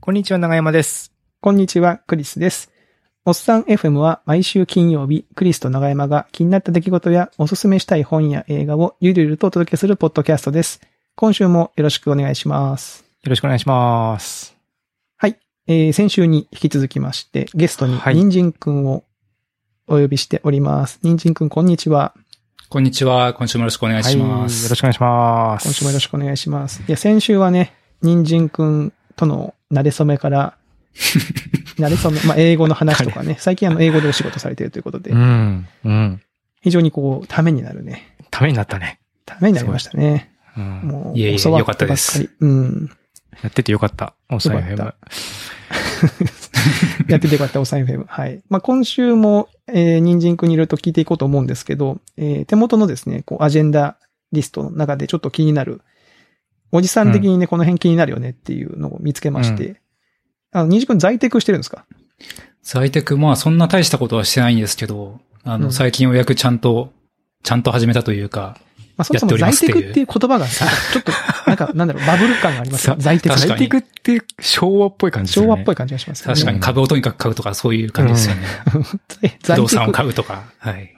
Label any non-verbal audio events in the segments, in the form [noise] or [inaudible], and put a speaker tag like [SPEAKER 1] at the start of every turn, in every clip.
[SPEAKER 1] こんにちは、長山です。
[SPEAKER 2] こんにちは、クリスです。おっさん FM は毎週金曜日、クリスと長山が気になった出来事やおすすめしたい本や映画をゆるゆるとお届けするポッドキャストです。今週もよろしくお願いします。
[SPEAKER 1] よろしくお願いします。
[SPEAKER 2] えー先週に引き続きまして、ゲストに
[SPEAKER 1] はい
[SPEAKER 2] 人参くんをお呼びしております。人参くん、こんにちは。
[SPEAKER 3] こんにちは。今週もよろしくお願いしま
[SPEAKER 1] はい
[SPEAKER 3] す。
[SPEAKER 1] よろしくお願いします。
[SPEAKER 2] 今週もよろしくお願いします。いや、先週はね、人参くんとの馴れ初め
[SPEAKER 1] [laughs]
[SPEAKER 2] から、馴れ初め、まあ、英語の話とかね、最近あの、英語でお仕事されているということで
[SPEAKER 1] う、ん。うん。
[SPEAKER 2] 非常にこう、ためになるね。
[SPEAKER 1] ためになったね。
[SPEAKER 2] ためになりましたね。
[SPEAKER 1] うん。
[SPEAKER 2] もう、
[SPEAKER 3] いえいえ
[SPEAKER 2] 教わ
[SPEAKER 3] よかった
[SPEAKER 2] ば
[SPEAKER 3] で
[SPEAKER 2] っかり
[SPEAKER 3] す。
[SPEAKER 2] うん。
[SPEAKER 1] やっててよかった。おさ
[SPEAKER 2] よかっ
[SPEAKER 1] や
[SPEAKER 2] やっててよかった、おさんフェム。はい。まあ、今週も、えー、人参くんにいろいろと聞いていこうと思うんですけど、えー手元のですね、こう、アジェンダリストの中でちょっと気になる、おじさん的にね、この辺気になるよねっていうのを見つけまして、あの、人参くん在宅してるんですか
[SPEAKER 3] 在宅、まあそんな大したことはしてないんですけど、あの、
[SPEAKER 2] うん
[SPEAKER 3] 最近ようやくちゃんと、ちゃんと始めたというか、
[SPEAKER 2] まあ、そもそ
[SPEAKER 3] やっ
[SPEAKER 2] も
[SPEAKER 3] ておりま
[SPEAKER 2] 在
[SPEAKER 3] すっていう
[SPEAKER 2] 宅っていう言葉がさ、ちょっと、なんか、なんだろう、バブル感があり
[SPEAKER 3] [laughs]
[SPEAKER 2] ますよね。在宅。
[SPEAKER 3] 確
[SPEAKER 1] っ
[SPEAKER 3] か
[SPEAKER 1] て
[SPEAKER 3] に
[SPEAKER 1] いくって昭和っぽい感じするね
[SPEAKER 2] 昭和っぽい感じがしますよね。
[SPEAKER 3] 確かに株をとにかく買うとかそういう感じですよね。
[SPEAKER 2] に。
[SPEAKER 3] 不
[SPEAKER 2] 在
[SPEAKER 3] 動産を
[SPEAKER 2] 宅。
[SPEAKER 3] 買うとか。はい。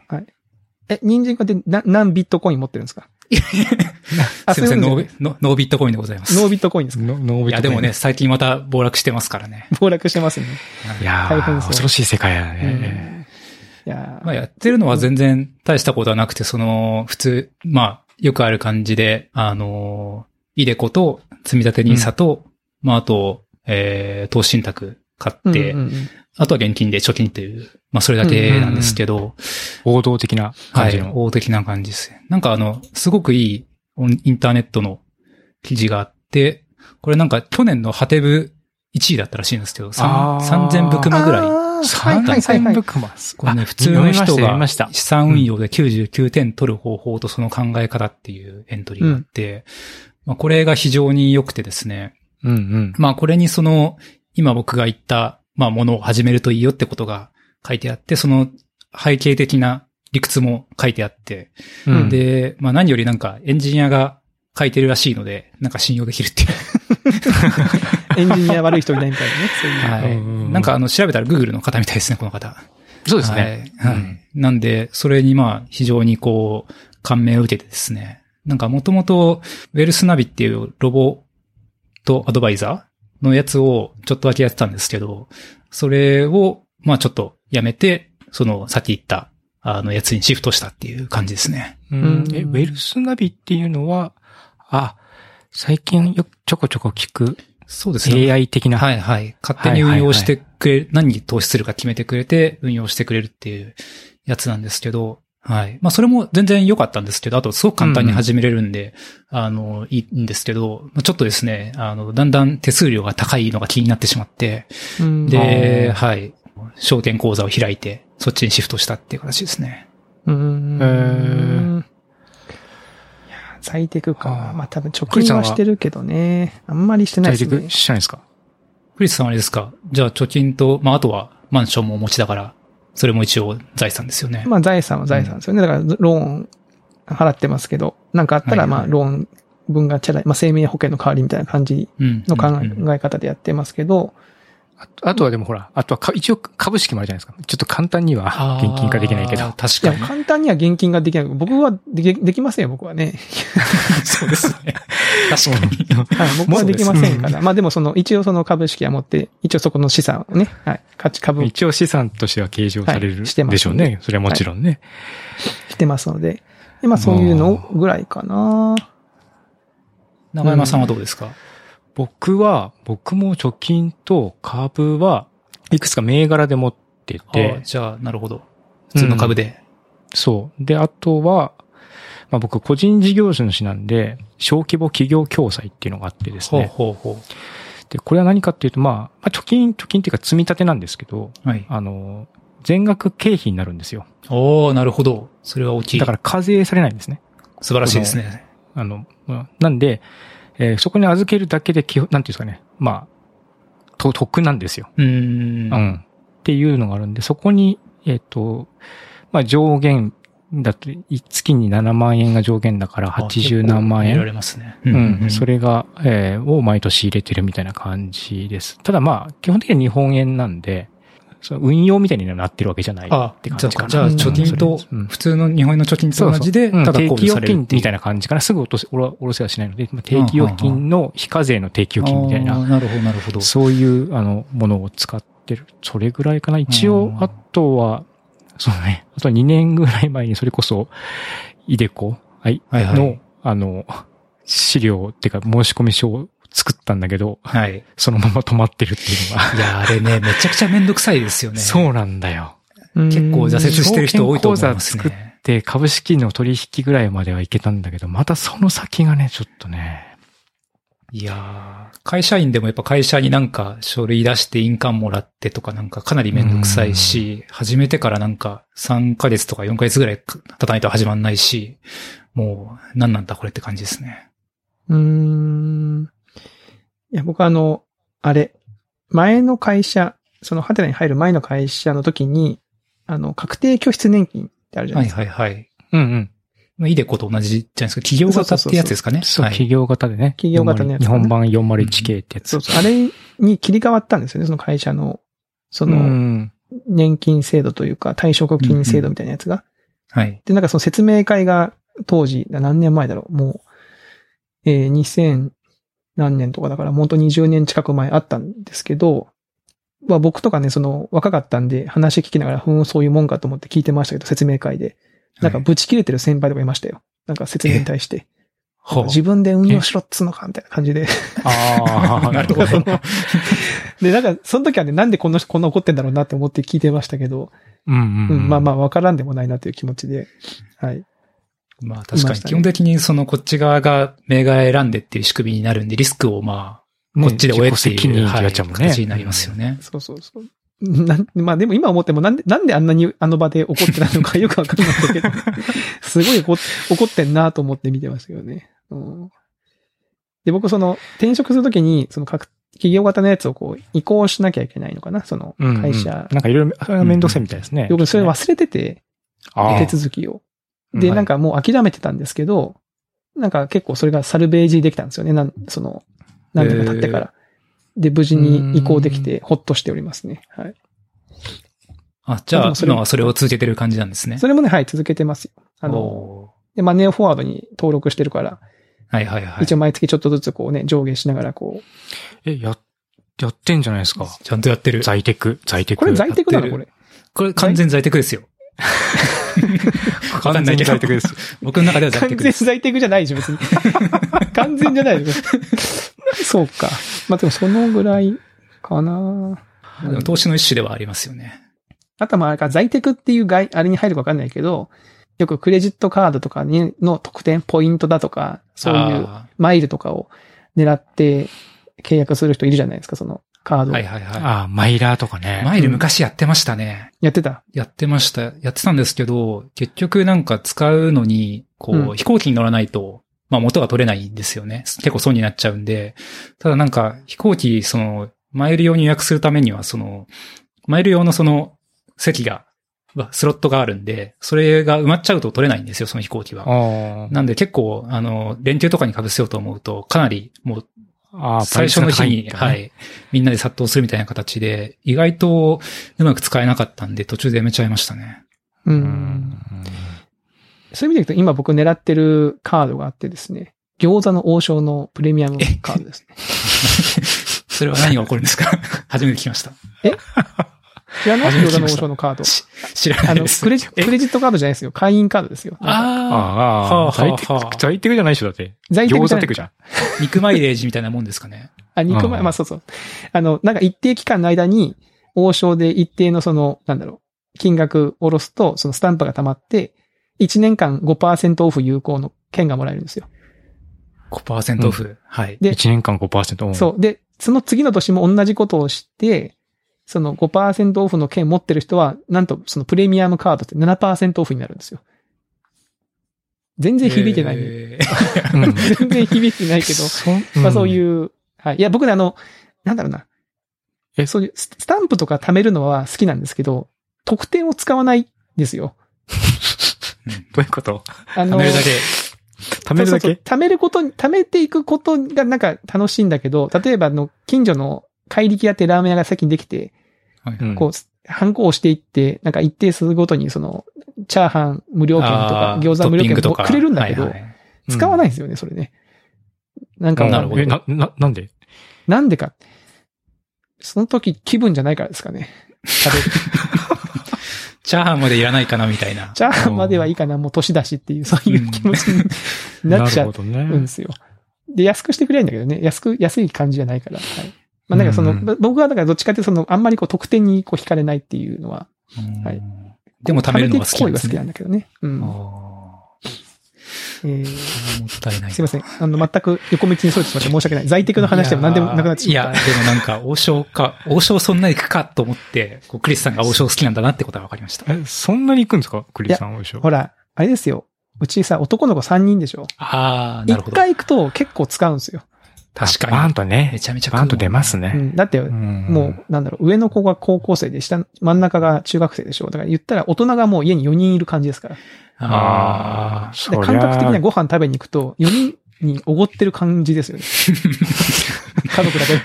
[SPEAKER 2] え、人参くんってな何ビットコイン持ってるんですかあ
[SPEAKER 3] すいませ
[SPEAKER 2] そういう
[SPEAKER 3] ん、ノ
[SPEAKER 2] の
[SPEAKER 3] ービノノービットコインでございます。
[SPEAKER 2] ノービットコインですか
[SPEAKER 1] のノー
[SPEAKER 3] い
[SPEAKER 1] ビッ
[SPEAKER 3] や、
[SPEAKER 1] ト
[SPEAKER 3] で
[SPEAKER 1] コイン
[SPEAKER 3] もね、。最近また暴落してますからね。
[SPEAKER 2] 暴落してますね。
[SPEAKER 1] いや
[SPEAKER 2] 大変で
[SPEAKER 1] ー、
[SPEAKER 2] すね
[SPEAKER 1] 恐ろしい世界だね。
[SPEAKER 2] いやー
[SPEAKER 3] まあやってるのは全然大したことはなくて、その、普通、まあ、よくある感じで、あの、イデコと、積み立て NISA と、まああと、えー、投資信託買って、
[SPEAKER 2] うんうんうん
[SPEAKER 3] あとは現金で貯金っていう、まあそれだけなんですけど、
[SPEAKER 1] 王道的な
[SPEAKER 3] は
[SPEAKER 1] 感じ
[SPEAKER 3] い、
[SPEAKER 1] の。
[SPEAKER 3] 大的な感じですね。なんかあの、すごくいいオンインターネットの記事があって、これなんか去年のハテブ1位だったらしいんですけど、
[SPEAKER 1] あ
[SPEAKER 3] さ
[SPEAKER 1] ー
[SPEAKER 3] ん3000ブクマぐらい。
[SPEAKER 2] あーはいはいはいは
[SPEAKER 1] 3000
[SPEAKER 2] い
[SPEAKER 1] ブ。クマス。
[SPEAKER 3] これね、
[SPEAKER 1] あ
[SPEAKER 3] 普通の人
[SPEAKER 1] 読み
[SPEAKER 3] が
[SPEAKER 1] ました、読みまし
[SPEAKER 3] 資産運用で99点取る方法とその考え方っていうエントリーがあって、まあこれが非常に良くてですね、
[SPEAKER 1] た。うんうん。
[SPEAKER 3] まあこれにその、今僕が言った、まあものを始めるといいよってことが書いてあって、その背景的な理屈も書いてあって、
[SPEAKER 1] うん、
[SPEAKER 3] で、まあ何よりなんかエンジニアが書いてるらしいので、なんか信用できるっていう。
[SPEAKER 2] エンジニア悪い人いないみたいなね。そういう
[SPEAKER 3] は
[SPEAKER 1] う
[SPEAKER 3] い
[SPEAKER 1] んうんうん
[SPEAKER 3] なんかあの調べたら Google の方みたいですね、この方。
[SPEAKER 1] そうですね。
[SPEAKER 3] はい。はい
[SPEAKER 1] うん
[SPEAKER 3] なんで、それにまあ、非常にこう、感銘を受けてですね。なんかもともと、ウェルスナビっていうロボとアドバイザーのやつをちょっとだけやってたんですけど、それを、まあちょっとやめて、その、さっき言った、あの、やつにシフトしたっていう感じですね。
[SPEAKER 1] うん
[SPEAKER 2] うん
[SPEAKER 1] え、ウェルスナビっていうのは、あ、最近よくちょこちょこ聞く
[SPEAKER 3] そうですね。
[SPEAKER 1] AI 的な。
[SPEAKER 3] はいはい。勝手に運用してくれ、何に投資するか決めてくれて、運用してくれるっていうやつなんですけど、はい。まあそれも全然良かったんですけど、あとすごく簡単に始めれるんで、あの、いいんですけど、まあちょっとですね、あの、だんだん手数料が高いのが気になってしまって、
[SPEAKER 2] うん
[SPEAKER 3] で、
[SPEAKER 1] あー
[SPEAKER 3] はい。証券口座を開いて、そっちにシフトしたっていう形ですね。
[SPEAKER 2] うん
[SPEAKER 1] えー
[SPEAKER 2] いやー在宅
[SPEAKER 1] あ
[SPEAKER 2] か
[SPEAKER 1] ー。
[SPEAKER 2] まあ多分
[SPEAKER 1] ク
[SPEAKER 2] 貯
[SPEAKER 1] リちゃん
[SPEAKER 2] 金
[SPEAKER 1] は
[SPEAKER 2] はしてるけどね。あんまりしてない
[SPEAKER 1] 大
[SPEAKER 2] ですね
[SPEAKER 1] 陸。しないですか
[SPEAKER 3] クリスさんはあれですかじゃあ貯金と、まああとはマンションもお持ちだから、それも一応財産ですよね。
[SPEAKER 2] まあ財産は財産ですよね。だからローン払ってますけど、なんかあったら
[SPEAKER 3] はいは
[SPEAKER 2] まあ
[SPEAKER 3] い
[SPEAKER 2] ローン分がチャラい、まあ生命保険の代わりみたいな感じ
[SPEAKER 3] うん
[SPEAKER 2] の考
[SPEAKER 3] うんうん
[SPEAKER 2] え方でやってますけど、
[SPEAKER 1] ああとはでもほら、あとはか一応株式もあるじゃないですか。ちょっと簡単には
[SPEAKER 3] あー
[SPEAKER 1] 現金化できないけど。
[SPEAKER 3] 確
[SPEAKER 2] い
[SPEAKER 3] か
[SPEAKER 2] や、
[SPEAKER 3] に。
[SPEAKER 2] 簡単には現金ができない。僕はできできませんよ、僕はね。
[SPEAKER 3] [laughs] そうですね。確かに。
[SPEAKER 2] はい、僕は
[SPEAKER 1] そう
[SPEAKER 2] で
[SPEAKER 1] です
[SPEAKER 2] きませんから。まあでもその、一応その株式は持って、一応そこの資産をね、はい、価値株を
[SPEAKER 1] 一応資産としては計上される、
[SPEAKER 2] はいしてます
[SPEAKER 1] でしょうね。それはもちろんね。
[SPEAKER 2] してますので。で、まあそういうのぐらいかな。
[SPEAKER 3] 長山さんはどうですか、
[SPEAKER 1] 僕は、僕も貯金と株はいくつか銘柄で持って
[SPEAKER 3] ああ
[SPEAKER 1] て、
[SPEAKER 3] じゃあ、なるほど。普通の株で。
[SPEAKER 1] そう。で、あとは、まあ僕個人事業主なんで、小規模企業共済っていうのがあってです
[SPEAKER 3] ほう
[SPEAKER 1] ね。
[SPEAKER 3] ほうほ
[SPEAKER 1] で、これは何かっていうと、まあ、まあ、貯金、貯金っていうか積み立てなんですけど、
[SPEAKER 3] う。はい。
[SPEAKER 1] あの、全額経費になるんですよ。
[SPEAKER 3] おおなるほど。それは大きい。
[SPEAKER 1] だから課税されないんですね。
[SPEAKER 3] 素晴らしいですね。
[SPEAKER 1] あの、うんなんで、えーそこに預けるだけで基本、なんていうんですかね、まあ、と、得なんですよ。
[SPEAKER 3] うーん。
[SPEAKER 1] うん。っていうのがあるんで、そこに、えっ、と、まあ上限だって、い月に7万円が上限だから、80何万
[SPEAKER 3] あ結構入れら
[SPEAKER 1] 円。
[SPEAKER 3] れますね。
[SPEAKER 1] う、
[SPEAKER 3] うん
[SPEAKER 1] それが、えーを毎年入れてるみたいな感じです。ただまあ、基本的には日本円なんで、その運用みたいにはなってるわけじゃない
[SPEAKER 3] あ
[SPEAKER 1] って、感
[SPEAKER 3] じゃ
[SPEAKER 1] じか
[SPEAKER 3] あ、
[SPEAKER 1] な。
[SPEAKER 3] じゃあ、貯金と
[SPEAKER 1] うん、
[SPEAKER 3] 普通の日本円の貯金と同じで、
[SPEAKER 1] うん
[SPEAKER 3] ただ
[SPEAKER 1] 定
[SPEAKER 3] 控
[SPEAKER 1] 期
[SPEAKER 3] 除さ
[SPEAKER 1] 預
[SPEAKER 3] れる
[SPEAKER 1] 金
[SPEAKER 3] っていう。
[SPEAKER 1] みたいな感じかな。すぐ落とせ、おろおろせはしないので、まあ定期預金の非課税の定期預金みたい
[SPEAKER 3] あ
[SPEAKER 1] な、
[SPEAKER 3] ーなるほど、なるほど。
[SPEAKER 1] そういう、あの、ものを使ってる。それぐらいかな。一
[SPEAKER 3] う
[SPEAKER 1] 応、
[SPEAKER 3] ん
[SPEAKER 1] あとは、そうね、あと2年ぐらい前に、それこそ、イデコ、はい、
[SPEAKER 3] はいはい
[SPEAKER 1] の、あの、資料っていうか申し込み書を作ったんだけど、
[SPEAKER 3] はい。
[SPEAKER 1] そのまま止まってるっていうのが。
[SPEAKER 3] いや、あれね、めちゃくちゃめんどくさいですよね。
[SPEAKER 1] そうなんだよ。
[SPEAKER 3] 結構挫折してる人多いと思います
[SPEAKER 1] 証券口座作っ
[SPEAKER 3] ね。
[SPEAKER 1] で、株式の取引ぐらいまではいけたんだけど、またその先がね、ちょっとね、
[SPEAKER 3] いやー会社員でもやっぱ会社になんか書類出して印鑑もらってとかなんかかなりめんどくさいし、始めてからなんか3ヶ月とか4ヶ月ぐらい経たないと始まんないし、もう何なんだこれって感じですね。
[SPEAKER 2] うーん。いや、僕あの、あれ、前の会社、そのハテナに入る前の会社の時に、あの、確定拠出年金ってあるじゃな
[SPEAKER 3] はいい
[SPEAKER 2] ですか。
[SPEAKER 3] はいはい。
[SPEAKER 1] うんうん。
[SPEAKER 3] まあ、イデコと同じじゃないですか。企業型ってやつですかね。
[SPEAKER 1] そう、
[SPEAKER 3] はい
[SPEAKER 1] 企業型でね。
[SPEAKER 2] 企業型のやつ
[SPEAKER 1] 日
[SPEAKER 2] かな
[SPEAKER 1] 本版 401K ってやつ。
[SPEAKER 2] そうそう。あれに切り替わったんですよね、その会社の、そ
[SPEAKER 1] うんう
[SPEAKER 2] の、
[SPEAKER 1] ん。
[SPEAKER 2] 年金制度というか、退職金制度みたいなやつが。
[SPEAKER 3] はい。
[SPEAKER 2] で、なんかその説明会が当時、何年前だろう、もう、えー2000何年とかだから、本当20年近く前あったんですけど、まあ僕とかね、その若かったんで話聞きながら、ふーん、そういうもんかと思って聞いてましたけど、説明会で。なんか
[SPEAKER 3] はい
[SPEAKER 2] ブチ切れてる先輩とかいましたよ。なんか説明に対して。
[SPEAKER 3] ほう
[SPEAKER 2] 自分で運用しろっつうのかみたいな感じで。
[SPEAKER 1] あ [laughs] あ、なるほど。
[SPEAKER 2] で、なんか、その時はね、なんでこの人こんな怒ってんだろうなって思って聞いてましたけど、
[SPEAKER 1] うんう。
[SPEAKER 2] うんん、まあま
[SPEAKER 1] あ。
[SPEAKER 2] あ、わからんでもないなという気持ちで、はい。
[SPEAKER 3] まあ確
[SPEAKER 2] い
[SPEAKER 3] か
[SPEAKER 2] ま
[SPEAKER 3] に
[SPEAKER 2] したね
[SPEAKER 3] 基本的にそのこっち側が銘柄選んでっていう仕組みになるんで、リスクをまあ、こっちで終えって
[SPEAKER 1] 自己責
[SPEAKER 3] い
[SPEAKER 1] 任っ
[SPEAKER 3] う、
[SPEAKER 1] て
[SPEAKER 3] はい
[SPEAKER 1] やっちゃうもんね。
[SPEAKER 3] 形になりますよね。
[SPEAKER 2] そうそうそう。なんまあでも今思ってもなんで、なんであんなにあの場で怒ってたのか [laughs] よくわかんないけど、すごい怒っ怒ってんなと思って見てましたけどね。うん、で、僕その転職するときに、その各企業型のやつをこう移行しなきゃいけないのかな、その
[SPEAKER 1] うんうん。
[SPEAKER 2] 会社。
[SPEAKER 1] なんかいろいろ、あれがめんどくさいみたいですね。
[SPEAKER 2] よくそれ忘れてて、
[SPEAKER 1] ああ
[SPEAKER 2] 手続きを。で、
[SPEAKER 1] はい
[SPEAKER 2] なんかもう諦めてたんですけど、なんか結構それがサルベージできたんですよね。なんその、何年か経ってから。で、無事に移行できて、ほっとしておりますね。はい。
[SPEAKER 3] あ、じ
[SPEAKER 2] で
[SPEAKER 3] ゃあ
[SPEAKER 2] もそれ
[SPEAKER 3] 今はそれを続けてる感じなんですね。
[SPEAKER 2] それもね、はい、続けてますよ。あの、
[SPEAKER 3] お
[SPEAKER 2] で、まあ、ネオフォワードに登録してるから、
[SPEAKER 3] ーはいはいはい。
[SPEAKER 2] 一応毎月ちょっとずつこうね、上下しながらこう。
[SPEAKER 1] え、や、やってんじゃないですか。
[SPEAKER 3] ちゃんとやってる。
[SPEAKER 1] 在宅、在宅。
[SPEAKER 2] これ在宅なの
[SPEAKER 3] や
[SPEAKER 2] こ
[SPEAKER 3] って
[SPEAKER 2] れ。
[SPEAKER 3] これ完全在宅ですよ。わかんないけど
[SPEAKER 1] 完全在宅です。
[SPEAKER 3] 僕の中では在
[SPEAKER 2] 完
[SPEAKER 3] 宅で
[SPEAKER 2] 全
[SPEAKER 3] す。
[SPEAKER 2] 在宅じゃないでしょ、別に。完全じゃないでしょ。そうか。まあ、でもそのぐらいかな。
[SPEAKER 3] でも投資の一種ではありますよね。
[SPEAKER 2] あとはまあ、あれか、在宅っていう外、あれに入るかわかんないけど、よくクレジットカードとかにの特典、ポイントだとか、そういう
[SPEAKER 3] あ
[SPEAKER 2] マイルとかを狙って契約する人いるじゃないですか、そのカー
[SPEAKER 3] ー
[SPEAKER 2] ドを
[SPEAKER 3] はい。はいは
[SPEAKER 1] [laughs] ああ、マイラーとか
[SPEAKER 3] い。
[SPEAKER 1] ね。
[SPEAKER 3] マイル昔やってましたね。
[SPEAKER 2] やってた。
[SPEAKER 3] やってました。やってたんですけど、結局なんか使うのに、こう、
[SPEAKER 2] うん
[SPEAKER 3] 飛行機に乗らないと、まあ元が取れないんですよね。結構損になっちゃうんで。ただなんか飛行機、その、マイル用に予約するためには、その、マイル用のその、席が、わスロットがあるんで、それが埋まっちゃうと取れないんですよ、その飛行機は。
[SPEAKER 1] あ
[SPEAKER 3] なんで結構、あの、連休とかに被せようと思うと、かなりもう
[SPEAKER 1] あああ、
[SPEAKER 3] 最初の日に、
[SPEAKER 1] パ
[SPEAKER 3] は
[SPEAKER 1] リ
[SPEAKER 3] い。みんなで殺到するみたいな形で、意外とうまく使えなかったんで、途中でやめちゃいましたね。
[SPEAKER 2] う。
[SPEAKER 1] さんが入ったね。うんん。
[SPEAKER 2] そういう意味で言うと、今僕狙ってるカードがあってですね、餃子の王将のプレミアムカードですね。
[SPEAKER 3] それは何が起こるんですか初めて聞きました。
[SPEAKER 2] 知らない餃子の王
[SPEAKER 3] [laughs] 初めて聞きました
[SPEAKER 2] 将のカード。
[SPEAKER 3] し知らな
[SPEAKER 2] [laughs] あ
[SPEAKER 3] [laughs] い
[SPEAKER 2] の、
[SPEAKER 3] です。
[SPEAKER 2] クレジクレジットカードじゃないですよ。会員カードですよ。なんか
[SPEAKER 3] あ
[SPEAKER 1] ああ、
[SPEAKER 3] はあはあ
[SPEAKER 1] 在
[SPEAKER 3] はあ
[SPEAKER 1] 宅、在宅じゃないでしょ、だって。
[SPEAKER 2] 在
[SPEAKER 1] 餃子
[SPEAKER 2] 宅じ
[SPEAKER 1] テ
[SPEAKER 2] ゃない
[SPEAKER 1] クじゃん。
[SPEAKER 3] あ、肉マイレージみたいなもんですかね。
[SPEAKER 2] あ、肉ま
[SPEAKER 1] うん
[SPEAKER 2] まあそうそう。あの、なんか一定期間の間に、王将で一定のその、なんだろう、金額下ろすと、そのスタンプが溜まって、1年間5%オフ有効の券がもらえるんですよ。
[SPEAKER 3] 5%オフ。はい。
[SPEAKER 2] で
[SPEAKER 1] 1年間5%。
[SPEAKER 2] そう。で、その次の年も同じことをして、その5%オフの券持ってる人は、なんとそのプレミアムカードって7%オフになるんですよ。全然響いてない。
[SPEAKER 3] え
[SPEAKER 1] うん。うん。。
[SPEAKER 2] [laughs] 全然響いてないけど、まあそういうう、はい。いや、僕ね、あの、なんだろうな。え、そういうス、スタンプとか貯めるのは好きなんですけど、特典を使わないんですよ。
[SPEAKER 1] どういうこと
[SPEAKER 2] あ
[SPEAKER 3] うん。
[SPEAKER 2] の
[SPEAKER 3] 貯めるだけ。
[SPEAKER 1] 貯めるだ
[SPEAKER 2] そうそう
[SPEAKER 1] け
[SPEAKER 2] そう貯めることに、貯めていくことがなんか楽しいんだけど、例えばあの、近所の怪力屋ってラーメン屋が最近できて、
[SPEAKER 3] はい
[SPEAKER 1] うん
[SPEAKER 2] こう、ハンコを押していって、なんか一定数ごとにその、チャーハン無料券とか
[SPEAKER 3] あ、ー
[SPEAKER 2] 餃子無料券
[SPEAKER 3] トッピング
[SPEAKER 2] とかくれるんだけど
[SPEAKER 3] はい、はい
[SPEAKER 2] 使わないんですよね、それね。なんかわか
[SPEAKER 1] なんる
[SPEAKER 2] な
[SPEAKER 1] ほど。
[SPEAKER 2] いけ
[SPEAKER 1] え、な、な、なんで
[SPEAKER 2] なんでか。その時気分じゃないからですかね。
[SPEAKER 3] チャーハンまでいらないかなみたいな。
[SPEAKER 2] チャー
[SPEAKER 3] [laughs]
[SPEAKER 2] ハンまではいいかな、もう年だしっていう、そういう気持ちになっち
[SPEAKER 1] る
[SPEAKER 2] ゃ
[SPEAKER 1] ほ
[SPEAKER 2] う
[SPEAKER 1] ど
[SPEAKER 2] んで
[SPEAKER 1] ね。
[SPEAKER 2] すよ。で、安くしてくれるんだけどね。安く、安い感じじゃないから。はい。まあ、なんかその、
[SPEAKER 1] うん
[SPEAKER 2] ぼ僕はだからどっちかっていうとその、あんまりこう特典にこう惹かれないっていうのは、
[SPEAKER 3] うん
[SPEAKER 2] はい
[SPEAKER 3] でも貯めるのが好き
[SPEAKER 2] な
[SPEAKER 3] なんん
[SPEAKER 2] で
[SPEAKER 3] で
[SPEAKER 2] ね。好
[SPEAKER 3] すす
[SPEAKER 2] き
[SPEAKER 3] ね。
[SPEAKER 2] なんだけどね。うん。
[SPEAKER 3] あ
[SPEAKER 2] えー
[SPEAKER 3] ーもったいない。
[SPEAKER 2] すいません。あの、全く横道にそれてしまって申し訳ない。在宅の話でも何でもなくなってしまった。
[SPEAKER 3] いや、でもなんか、王将か、王将そんなに行くかと思って、こうクリスさんが王将好きなんだなってことは分かりました。
[SPEAKER 1] え、そんなに行くんですかクリスさんおいしょ
[SPEAKER 2] ほら、あれですよ。うちさ、男の子3人でしょ。
[SPEAKER 3] ああ、なる
[SPEAKER 2] 一
[SPEAKER 3] ほど。
[SPEAKER 2] 回行くと結構使うんですよ。
[SPEAKER 3] 確
[SPEAKER 1] バ
[SPEAKER 3] か
[SPEAKER 1] ー
[SPEAKER 3] に
[SPEAKER 1] ン。とね
[SPEAKER 3] め。ちゃめちゃ
[SPEAKER 1] バーンと出ます
[SPEAKER 2] う
[SPEAKER 1] ね。
[SPEAKER 2] ん、だって、
[SPEAKER 1] ん
[SPEAKER 2] もう、なんだろう、上の子が高校生で、下、真ん中が中学生でしょ。だから言ったら大人がもう家に4人いる感じですから。で
[SPEAKER 1] あ
[SPEAKER 3] あ
[SPEAKER 1] あ、そりゃ
[SPEAKER 2] 感覚的にはご飯食べに行くと、4人におごってる感
[SPEAKER 1] [laughs]
[SPEAKER 2] じですよね。家族だけで。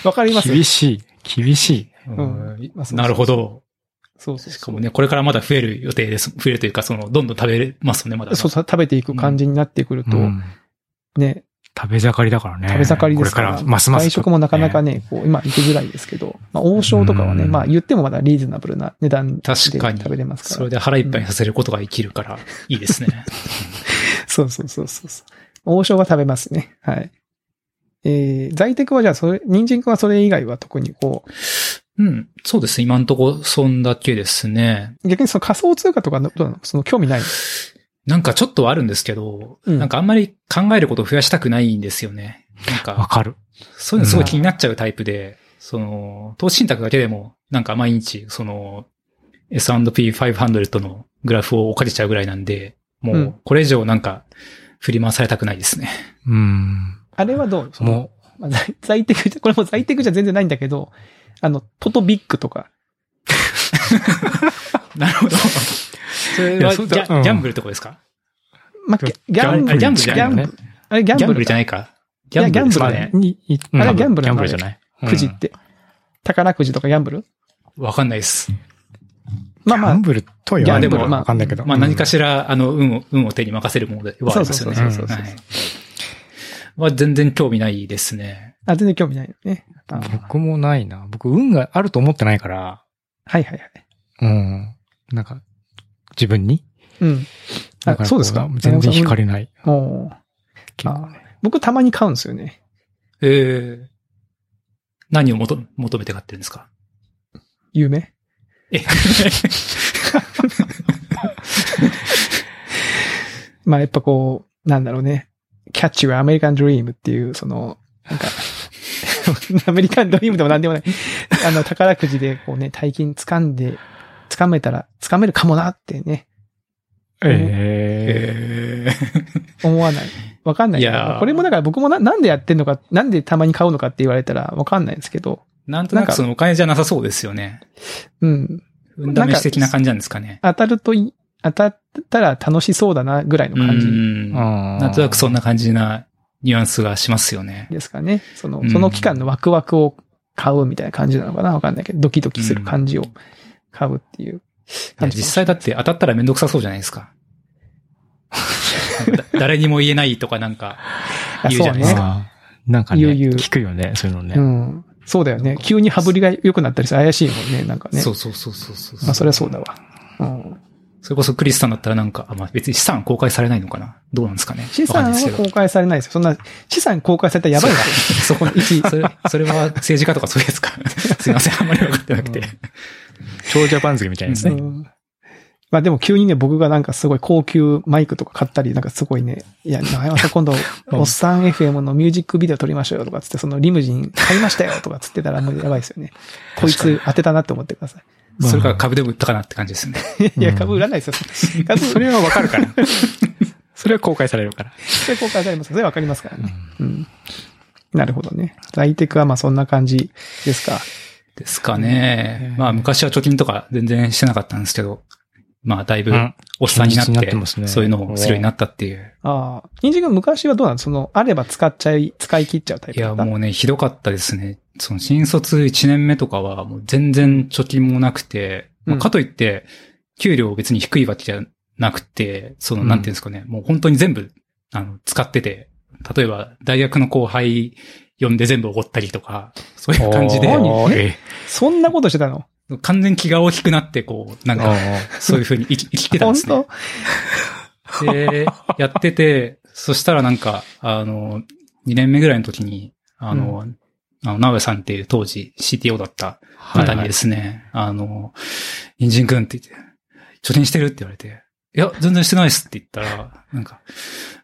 [SPEAKER 1] [laughs]
[SPEAKER 2] わかります
[SPEAKER 1] 厳しい。厳しい。
[SPEAKER 3] あ、
[SPEAKER 2] ん
[SPEAKER 3] うん
[SPEAKER 2] まあそうそう
[SPEAKER 3] なるほど。
[SPEAKER 2] そうそう
[SPEAKER 3] し
[SPEAKER 2] そ
[SPEAKER 3] か
[SPEAKER 2] う。
[SPEAKER 3] もね、これからまだ増える予定です。増えるというか、その、どんどん食べれますよね、まだ。
[SPEAKER 2] そうそう、食べていく感じになってくると、
[SPEAKER 1] うん
[SPEAKER 2] ね、
[SPEAKER 1] 食べ盛りだからね。
[SPEAKER 2] 食べ盛りですから、
[SPEAKER 1] これからますます。
[SPEAKER 2] 外食もなかなか
[SPEAKER 1] ね。
[SPEAKER 2] ね、こう、今行きづらいですけど、まあ、王将とかはね、
[SPEAKER 1] うん
[SPEAKER 2] まあ言ってもまだリーズナブルな値段で
[SPEAKER 3] 確
[SPEAKER 2] 食
[SPEAKER 3] かに。
[SPEAKER 2] べれます
[SPEAKER 3] そ
[SPEAKER 2] か
[SPEAKER 3] れ
[SPEAKER 2] ら。
[SPEAKER 3] で腹いっぱいにさせることが生きるから、いいですね。 [laughs]
[SPEAKER 2] [laughs] そうそうそうそうそう。王将は食べますね。はい。えー、在宅はじゃあ、それ、人参くんはそれ以外は特にこ
[SPEAKER 3] うん。そうですね。今んとこ、そんだけですね。
[SPEAKER 2] う、逆にその仮想通貨とかの、どうなのその興味ないの
[SPEAKER 3] なんかちょっとはあるんですけど、
[SPEAKER 2] うん
[SPEAKER 3] なんかあんまり考えることを増やしたくないんですよね。なん
[SPEAKER 1] わ
[SPEAKER 3] か、
[SPEAKER 1] かる。
[SPEAKER 3] そういうのすごい気になっちゃうタイプで、その、投資信託だけでも、なんか毎日、その、S&P500 のグラフを追っかけちゃうぐらいなんで、も
[SPEAKER 2] うん
[SPEAKER 3] う、これ以上なんか、振り回されたくないですね。 [laughs]
[SPEAKER 1] うん。
[SPEAKER 2] あれはどうその
[SPEAKER 1] も
[SPEAKER 2] まあ在在宅じゃ、これも在宅じゃ全然ないんだけど、あの、トトビックとか、
[SPEAKER 3] なるほど。それはギ
[SPEAKER 1] そう
[SPEAKER 3] ャ、
[SPEAKER 1] うん
[SPEAKER 3] ギャンブルってことですか
[SPEAKER 2] まあ、ギャギャンブ
[SPEAKER 3] あれ
[SPEAKER 2] ル、
[SPEAKER 3] ギャンブルじゃないの
[SPEAKER 1] ね
[SPEAKER 2] ギャンブルあれギ
[SPEAKER 3] ギ
[SPEAKER 2] ャ
[SPEAKER 3] ャ
[SPEAKER 2] ンブ
[SPEAKER 3] ンブ
[SPEAKER 2] ル
[SPEAKER 3] ル
[SPEAKER 2] じゃ
[SPEAKER 3] じゃ
[SPEAKER 2] な
[SPEAKER 3] ないいか。ギャンブルで
[SPEAKER 2] いやギャンブ
[SPEAKER 3] すか
[SPEAKER 2] ルだ
[SPEAKER 3] ね
[SPEAKER 2] ね。
[SPEAKER 1] に、い
[SPEAKER 2] あれ
[SPEAKER 1] うん
[SPEAKER 2] ギャンブル
[SPEAKER 1] ギ
[SPEAKER 2] な
[SPEAKER 1] ャン
[SPEAKER 2] の
[SPEAKER 1] ブ
[SPEAKER 2] あれ
[SPEAKER 1] ルじゃない。
[SPEAKER 2] くじって。宝くじとかギャンブル
[SPEAKER 3] わかんないです。
[SPEAKER 2] まあ
[SPEAKER 1] まあギャ
[SPEAKER 2] ま
[SPEAKER 1] ン
[SPEAKER 2] あ、
[SPEAKER 1] ブルとは
[SPEAKER 2] ギ
[SPEAKER 1] 言
[SPEAKER 2] ャ
[SPEAKER 1] わ
[SPEAKER 2] ン
[SPEAKER 1] ない
[SPEAKER 2] ブ
[SPEAKER 1] か
[SPEAKER 2] ル
[SPEAKER 1] ら
[SPEAKER 2] まあ
[SPEAKER 1] わかんないけど。
[SPEAKER 3] まあ何か
[SPEAKER 1] し
[SPEAKER 3] しら、あの、運を、運を手に任せるものではありますよね。
[SPEAKER 2] そうそうそうそう
[SPEAKER 3] はいは全然興味ないですね。
[SPEAKER 2] あ、全然興味ないのね。
[SPEAKER 3] [laughs]
[SPEAKER 2] あはい
[SPEAKER 1] 僕もないな。僕、運があると思ってないから、
[SPEAKER 2] はいはい。
[SPEAKER 1] うん。なんか、自分に。
[SPEAKER 2] うん。
[SPEAKER 1] だら
[SPEAKER 2] あそうですか
[SPEAKER 1] こ全然惹かれない。
[SPEAKER 2] おー
[SPEAKER 1] 結構
[SPEAKER 2] あ僕たまに買うんですよね。
[SPEAKER 3] えー何を求め求めて買ってるんですか
[SPEAKER 2] 夢。
[SPEAKER 3] え
[SPEAKER 2] まあやっぱこう、なんだろうね。キャッチはアメリカンドリームっていう、その、なんか、 [laughs] アメリカンドリームでもなんでもない。あの、宝くじでこうね、大金掴んで、掴めたら、掴めるかもなってね、
[SPEAKER 1] え
[SPEAKER 3] え
[SPEAKER 2] 思わない。わかんない。
[SPEAKER 3] いやー
[SPEAKER 2] これもだから僕もな、なんでやってんのか、なんでたまに買うのかって言われたらわかんないんですけど、
[SPEAKER 3] ーなんとな
[SPEAKER 2] なんか
[SPEAKER 3] くそのお金じゃなさそうですよね。
[SPEAKER 2] うん。
[SPEAKER 3] 運試し的な感じなんですかね。
[SPEAKER 2] 当たるとい、当たったら楽しそうだな、ぐらいの感じ
[SPEAKER 3] うん
[SPEAKER 1] え
[SPEAKER 3] なんとなくそん
[SPEAKER 1] な。
[SPEAKER 3] な感じなニュアンスがしますよね。
[SPEAKER 2] ですかね。その
[SPEAKER 3] う、ん
[SPEAKER 2] その期間のワクワクを買うみたいな感じなのかなわかんないけど、ドキドキする感じを買うっていう
[SPEAKER 3] いや
[SPEAKER 2] 感じ。
[SPEAKER 3] 実際だって当たったらめんどくさそうじゃないで
[SPEAKER 2] [laughs]
[SPEAKER 3] すか。なんかだ誰にも言えないとかなんか。
[SPEAKER 2] あ
[SPEAKER 3] 言うじゃないですか
[SPEAKER 1] あーなんかね、
[SPEAKER 2] 言う言う
[SPEAKER 1] 聞くよね、そういうの
[SPEAKER 2] そう
[SPEAKER 1] ね。
[SPEAKER 2] ね。うん。そうだよね。急に羽振りが良くなったりして怪しいもんね、なんかね。
[SPEAKER 3] そうそうそうそうそう。
[SPEAKER 2] まあ、それはそうだわ。うん。
[SPEAKER 3] それこそクリスさんだったらなんか、あ、まあ別に資産公開されないのかなどうなんですかね
[SPEAKER 2] 資産
[SPEAKER 3] わかんない
[SPEAKER 2] は
[SPEAKER 3] ですけ
[SPEAKER 2] 公
[SPEAKER 3] ど
[SPEAKER 2] 開されないですよ。そんな、資産公開されたらやばいわ。
[SPEAKER 3] そこ、
[SPEAKER 2] 一
[SPEAKER 3] それ、それは政治家とかそういうや
[SPEAKER 2] [laughs]
[SPEAKER 3] つか。すいません、あんまり分かってなくて。
[SPEAKER 1] 長者番付みたいです
[SPEAKER 2] う
[SPEAKER 1] ね。
[SPEAKER 2] んまあでも急にね、僕がなんかすごい高級マイクとか買ったり、なんかすごいね、いや、長山さん今度、
[SPEAKER 1] うん
[SPEAKER 2] おっさん FM のミュージックビデオ撮りましょうよとかつって、そのリムジン買いましたよとかつってたらもうやばいですよね。こいつ当てたなって思ってくださ
[SPEAKER 1] まあ
[SPEAKER 3] それから株でも売ったかなって感じで
[SPEAKER 1] [laughs]
[SPEAKER 3] すね。
[SPEAKER 2] い。いや、
[SPEAKER 1] うん
[SPEAKER 2] 株売らないですよ。株
[SPEAKER 1] そ
[SPEAKER 2] それ
[SPEAKER 1] れは
[SPEAKER 2] [laughs]
[SPEAKER 1] わかるから。それは公開されるから。
[SPEAKER 2] で公開されます。それわかりますからね。うん。なるほどね。在宅はまあそんな感じですか。
[SPEAKER 3] ですかね
[SPEAKER 1] う。ん
[SPEAKER 3] まあ昔は貯金とか全然してなかったんですけど、まあ、だいぶ
[SPEAKER 1] う、ん。
[SPEAKER 3] おっさんになっ
[SPEAKER 1] 現
[SPEAKER 3] て、
[SPEAKER 1] 実になってますね
[SPEAKER 3] そういうのをするようになったっていう。
[SPEAKER 2] ああ。人参君昔はどうなのその、あれば使っちゃい、使い切っちゃうタイ
[SPEAKER 3] い
[SPEAKER 2] プだ
[SPEAKER 3] や、
[SPEAKER 2] った
[SPEAKER 3] もうね、ひどかったですね。その新卒1年目とかは、もう全然貯金もなくて、まあ
[SPEAKER 2] うん
[SPEAKER 3] かといって、給料別に低いわけじゃなくて、その、
[SPEAKER 1] うん
[SPEAKER 3] なんていうんですかね、もう本当に全部、あの、使ってて、例えば、大学の後輩呼んで全部おごったりとか、そういう感じで、
[SPEAKER 2] おー
[SPEAKER 1] 何え
[SPEAKER 2] そんなことしてたの
[SPEAKER 3] 完全に気が大きくなって、こう、なんか、そういう風に生き生きてた
[SPEAKER 2] 本
[SPEAKER 3] んですね。
[SPEAKER 2] 当
[SPEAKER 3] で、やってて、そしたらなんか、あの、2年目ぐらいの時に、あの、あの、直江さんっていう当時 CTO だった方にですね、あの、人参くんって言って、貯金してるって言われて、いや、全然してないっすって言ったら、なんか、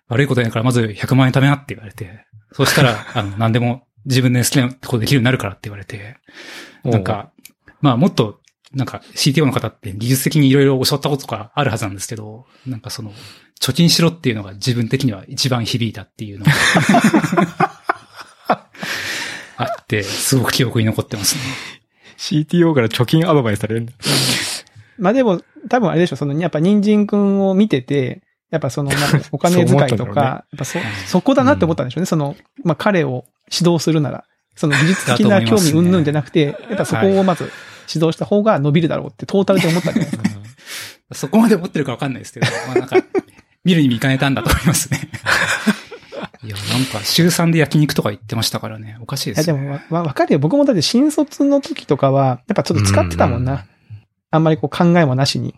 [SPEAKER 3] 悪いことやからまず100万円貯めなって言われて、そしたら、あの、何でも自分で好きなことできるようになるからって言われて、なん、か、まあもっと、なんか CTO の方って技術的にいろいろ教わったことがあるはずなんですけど、なんかその、貯金しろっていうのが自分的には一番響いたっていうのがあって、すごく記憶に残ってますね。
[SPEAKER 1] CTO から貯金アドバイスされるんだ。
[SPEAKER 2] まあでも、多分あれでしょ、その、やっぱ人参君を見てて、やっぱその、なん
[SPEAKER 1] [laughs]
[SPEAKER 2] かお金遣いと
[SPEAKER 1] そう思ったんだろう
[SPEAKER 2] か、
[SPEAKER 1] ね
[SPEAKER 2] やっぱそ、そこだなって思ったんでしょうね。その、まあ彼を指導するなら、その技術的な
[SPEAKER 3] だと
[SPEAKER 2] 興
[SPEAKER 3] 思
[SPEAKER 2] 味
[SPEAKER 3] いますね
[SPEAKER 2] 云々じゃなくて、やっぱそこをまず指導した方が伸びるだろうってトータルで思ったんじゃないですか。
[SPEAKER 3] そこまで思ってるかわかんない [laughs] ですけど、まあなんか、見るに見かねたんだと思いますね。 [laughs] いや、なんか週3で焼肉とか行ってましたからね、おかしい
[SPEAKER 2] い
[SPEAKER 3] で
[SPEAKER 2] や
[SPEAKER 3] す
[SPEAKER 2] で
[SPEAKER 3] よね。
[SPEAKER 2] もわ、わわかるよ。僕もだって新卒の時とかは、やっぱちょっと使ってたもんな。
[SPEAKER 1] うん
[SPEAKER 2] あんまりこう考えもなしに。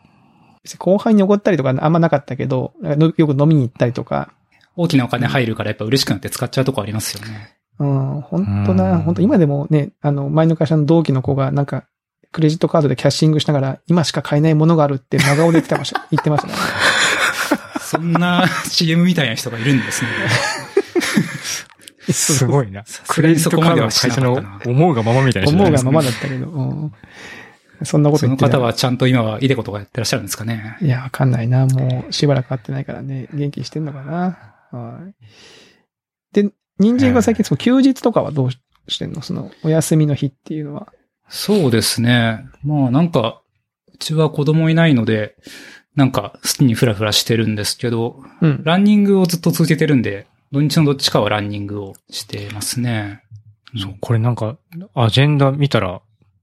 [SPEAKER 2] 別に後輩におごったりとかあんまなかったけど、なんかのよく飲みに行ったりとか。
[SPEAKER 3] 大きなお金入るからやっぱ嬉しくなって使っちゃうとこありますよね。
[SPEAKER 2] うん、本当
[SPEAKER 1] う
[SPEAKER 2] な、
[SPEAKER 1] ん
[SPEAKER 2] 本当今でもね、あの、前の会社の同期の子がなんか、クレジットカードでキャッシングしながら、今しか買えないものがあるって真顔で言ってまし
[SPEAKER 3] [laughs]
[SPEAKER 2] た、言ってましたね。
[SPEAKER 3] [laughs] そんな CM みたいな人がいるんですね。
[SPEAKER 1] すごいな。
[SPEAKER 3] さす
[SPEAKER 1] ク
[SPEAKER 3] が
[SPEAKER 1] レ
[SPEAKER 3] に
[SPEAKER 1] ジ
[SPEAKER 3] そ
[SPEAKER 1] ット
[SPEAKER 3] こ
[SPEAKER 1] カー
[SPEAKER 3] まで
[SPEAKER 1] ド
[SPEAKER 3] は
[SPEAKER 1] の
[SPEAKER 3] し
[SPEAKER 1] 会
[SPEAKER 3] な
[SPEAKER 1] 社
[SPEAKER 3] か
[SPEAKER 1] の
[SPEAKER 3] ったな。
[SPEAKER 1] 思うがままみたいな人
[SPEAKER 2] 思うが
[SPEAKER 1] です
[SPEAKER 2] ままだったけど、うん、そんなこと
[SPEAKER 3] [laughs] そ
[SPEAKER 2] 言って
[SPEAKER 3] の
[SPEAKER 2] ない
[SPEAKER 3] 方はちゃんと今はイデコとかやってらっしゃるんですかね。
[SPEAKER 2] いや、わかんないな。もう、しばらく会ってないからね。元気してんのかな。はい。で、人参が最近、その休日とかはどうしてんのその、お休みの日っていうのは。
[SPEAKER 3] そうですね。まあなんか、うちは子供いないので、なんか好きにフラフラしてるんですけど、
[SPEAKER 2] うん。
[SPEAKER 3] ランニングをずっと続けてるんで、土日のどっちかはランニングをしてますね。
[SPEAKER 1] そう、これなんか、アジェンダ見たら、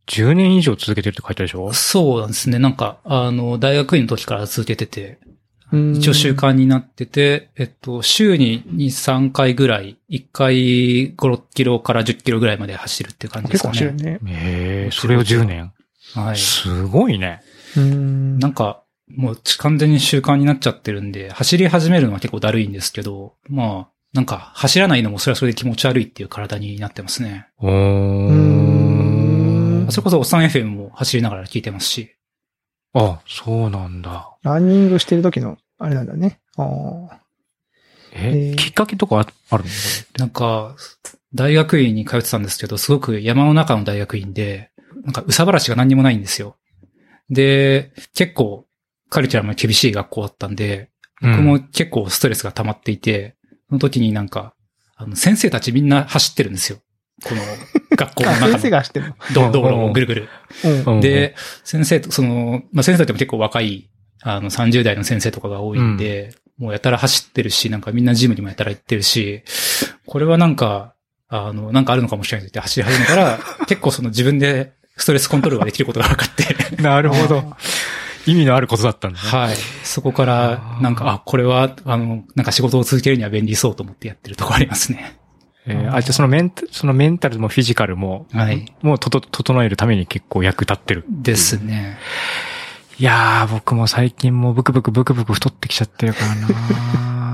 [SPEAKER 1] 10年以上続けてるって書いてあるでしょ
[SPEAKER 3] そうなんですね。なんか、あの、大学院の時から続けてて、
[SPEAKER 2] うん
[SPEAKER 3] 一応習。慣になってて、えっと、週に2、3回ぐらい、1回5、6キロから10キロぐらいまで走るっていう感じで
[SPEAKER 2] 結
[SPEAKER 3] す
[SPEAKER 2] 構
[SPEAKER 3] か
[SPEAKER 2] 面白い
[SPEAKER 3] ね。
[SPEAKER 2] ね。
[SPEAKER 1] ええそれを10年。
[SPEAKER 3] はい。
[SPEAKER 1] すごいね。
[SPEAKER 2] うん。
[SPEAKER 3] なんか、もう完全に習慣になっちゃってるんで、走り始めるのは結構だるいんですけど、まあ、なんか、走らないのもそれはそれで気持ち悪いっていう体になってますね。
[SPEAKER 1] お
[SPEAKER 2] うーん
[SPEAKER 1] ー。
[SPEAKER 3] それこそおっさん FM も走りながら聞いてますし、
[SPEAKER 1] あ、そうなんだ。
[SPEAKER 2] ランニングしてる時の、あれなんだね。ああ。え
[SPEAKER 1] え
[SPEAKER 2] ー
[SPEAKER 1] きっかけとかああるの
[SPEAKER 3] なんか、大学院に通ってたんですけど、すごく山の中の大学院で、なんか、うさばらしが何にもないんですよ。で、結構、カルチャーも厳しい学校だったんで、僕も結構ストレスが溜まっていて、その時になんか、あの、先生たちみんな走ってるんですよ。この学校の
[SPEAKER 2] あ
[SPEAKER 3] 中
[SPEAKER 2] 先生
[SPEAKER 3] の
[SPEAKER 2] が走ってるの。
[SPEAKER 3] 道道路をぐるぐる。
[SPEAKER 2] うん。
[SPEAKER 1] うん、
[SPEAKER 3] で、先生と、その、まあ、先生でも結構若い、あの、30代の先生とかが多いんで、もうやたら走ってるし、なんかみんなジムにもやたら行ってるし、これはなんか、あの、なんかあるのかもしれないって走り始めた [laughs] ら、結構その自分でストレスコントロールができることが分かって、
[SPEAKER 1] なるほ
[SPEAKER 2] あ
[SPEAKER 1] ど
[SPEAKER 2] ー。
[SPEAKER 1] 意味のあることだったんだね。
[SPEAKER 3] はい。そこから、なんか、あ、これは、あの、なんか仕事を続けるには便利そうと思ってやってるとこありますね。
[SPEAKER 1] えーあ、じゃあそのメンタ、そのメンタルもフィジカルも、
[SPEAKER 3] はい。
[SPEAKER 1] もうとと、整えるために結構役立ってる。
[SPEAKER 3] ですね。
[SPEAKER 1] いやー、僕も最近もうブクブクブクブク太ってきちゃってるからな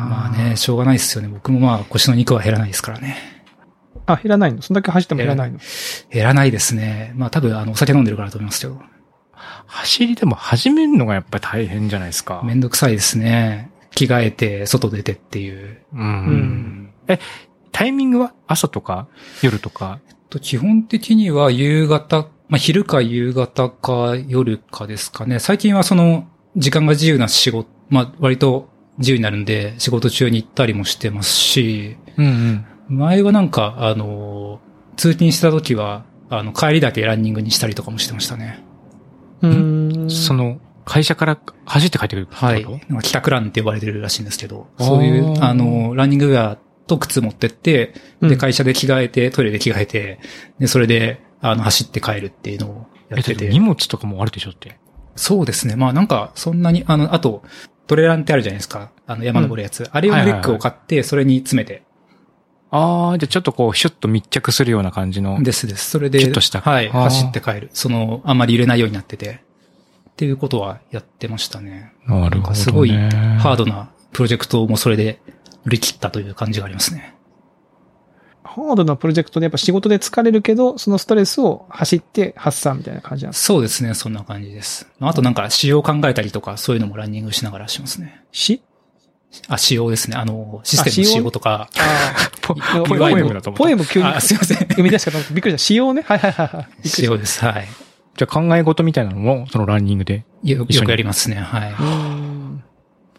[SPEAKER 3] まあね、しょうがないですよね。僕もまあ腰の肉は減らないですからね。
[SPEAKER 2] あ、減らないの。そんだけ走っても減らないの。
[SPEAKER 3] 減らないですね。まあ多分、あの、お酒飲んでるからだと思いますけど。
[SPEAKER 1] 走りでも始めるのがやっぱり大変じゃないですか。
[SPEAKER 3] めんどくさいですね。着替えて、外出てっていう。
[SPEAKER 1] う。
[SPEAKER 2] うん
[SPEAKER 1] え、タイミングは朝とか夜とか
[SPEAKER 3] と基本的には夕方、まあ、昼か夕方か夜かですかね。最近はその、時間が自由な仕事、まあ、割と自由になるんで、仕事中に行ったりもしてますし、
[SPEAKER 1] うんうん。
[SPEAKER 3] 前はなんか、あの、通勤した時は、あの、帰りだけランニングにしたりとかもしてましたね。
[SPEAKER 2] うん。
[SPEAKER 1] その、会社から走って帰ってくるってこと
[SPEAKER 3] はい。なんか帰宅ランって呼ばれてるらしいんですけど、
[SPEAKER 1] あー
[SPEAKER 3] そういう、あの、ランニングウェアと靴持ってって、
[SPEAKER 2] う
[SPEAKER 3] で、
[SPEAKER 2] ん
[SPEAKER 3] 会社で着替えて、トイレで着替えて、で、それで、あの、走って帰るっていうのをや
[SPEAKER 1] え、
[SPEAKER 3] って
[SPEAKER 1] だって
[SPEAKER 3] て
[SPEAKER 1] 荷。物とかもあるでしょって。
[SPEAKER 3] そうですね。まあなんか、そんなに、あの、あと、トレランってあるじゃないですか。あの、山登るやつ。あれを
[SPEAKER 1] はいは
[SPEAKER 3] リ
[SPEAKER 1] い
[SPEAKER 3] ュ
[SPEAKER 1] はい
[SPEAKER 3] ックを買って、それに詰めて。
[SPEAKER 1] ああ、じゃあちょっとこう、シュッと密着するような感じの。
[SPEAKER 3] ですです。それで、
[SPEAKER 1] キュッとした
[SPEAKER 3] はい。
[SPEAKER 1] あー
[SPEAKER 3] 走って帰る。その、あんまり揺れないようになってて。っていうことはやってましたね。
[SPEAKER 1] なる
[SPEAKER 3] ん
[SPEAKER 1] ほど、
[SPEAKER 3] か
[SPEAKER 1] ね。
[SPEAKER 3] すごいハー
[SPEAKER 1] ド。
[SPEAKER 3] ドなプロジェクトもそれで売り切ったという感じがありますね。
[SPEAKER 2] ハードなプロジェクトでやっぱ仕事で疲れるけど、そのストレスを走って発散みたいな感じなんです。
[SPEAKER 3] そうですね。そんな感じです。まああとなんか仕様考えたりとか、そういうのもランニングしながらしますね。
[SPEAKER 2] し
[SPEAKER 3] あ、仕様ですね。あの、システ
[SPEAKER 2] あ
[SPEAKER 3] ムの
[SPEAKER 2] 仕様
[SPEAKER 3] 仕様と
[SPEAKER 2] [laughs]
[SPEAKER 3] か。
[SPEAKER 2] あ
[SPEAKER 1] ポ
[SPEAKER 2] あ、
[SPEAKER 1] ポ
[SPEAKER 3] ポ
[SPEAKER 1] エ
[SPEAKER 3] エ
[SPEAKER 1] ム
[SPEAKER 3] ム
[SPEAKER 1] だと思
[SPEAKER 2] ポ
[SPEAKER 1] った。
[SPEAKER 2] エム急に
[SPEAKER 3] あ、すいません。
[SPEAKER 2] 生み出したかと思 [laughs] ってびっくりした。仕様ね。はいはいはいはい。
[SPEAKER 3] 仕様です。はい。
[SPEAKER 1] じゃあ考え事みたいなのも、そのランニングで。
[SPEAKER 3] よ
[SPEAKER 1] 一緒
[SPEAKER 3] よ
[SPEAKER 1] に
[SPEAKER 3] くやりますね。はい。
[SPEAKER 2] うん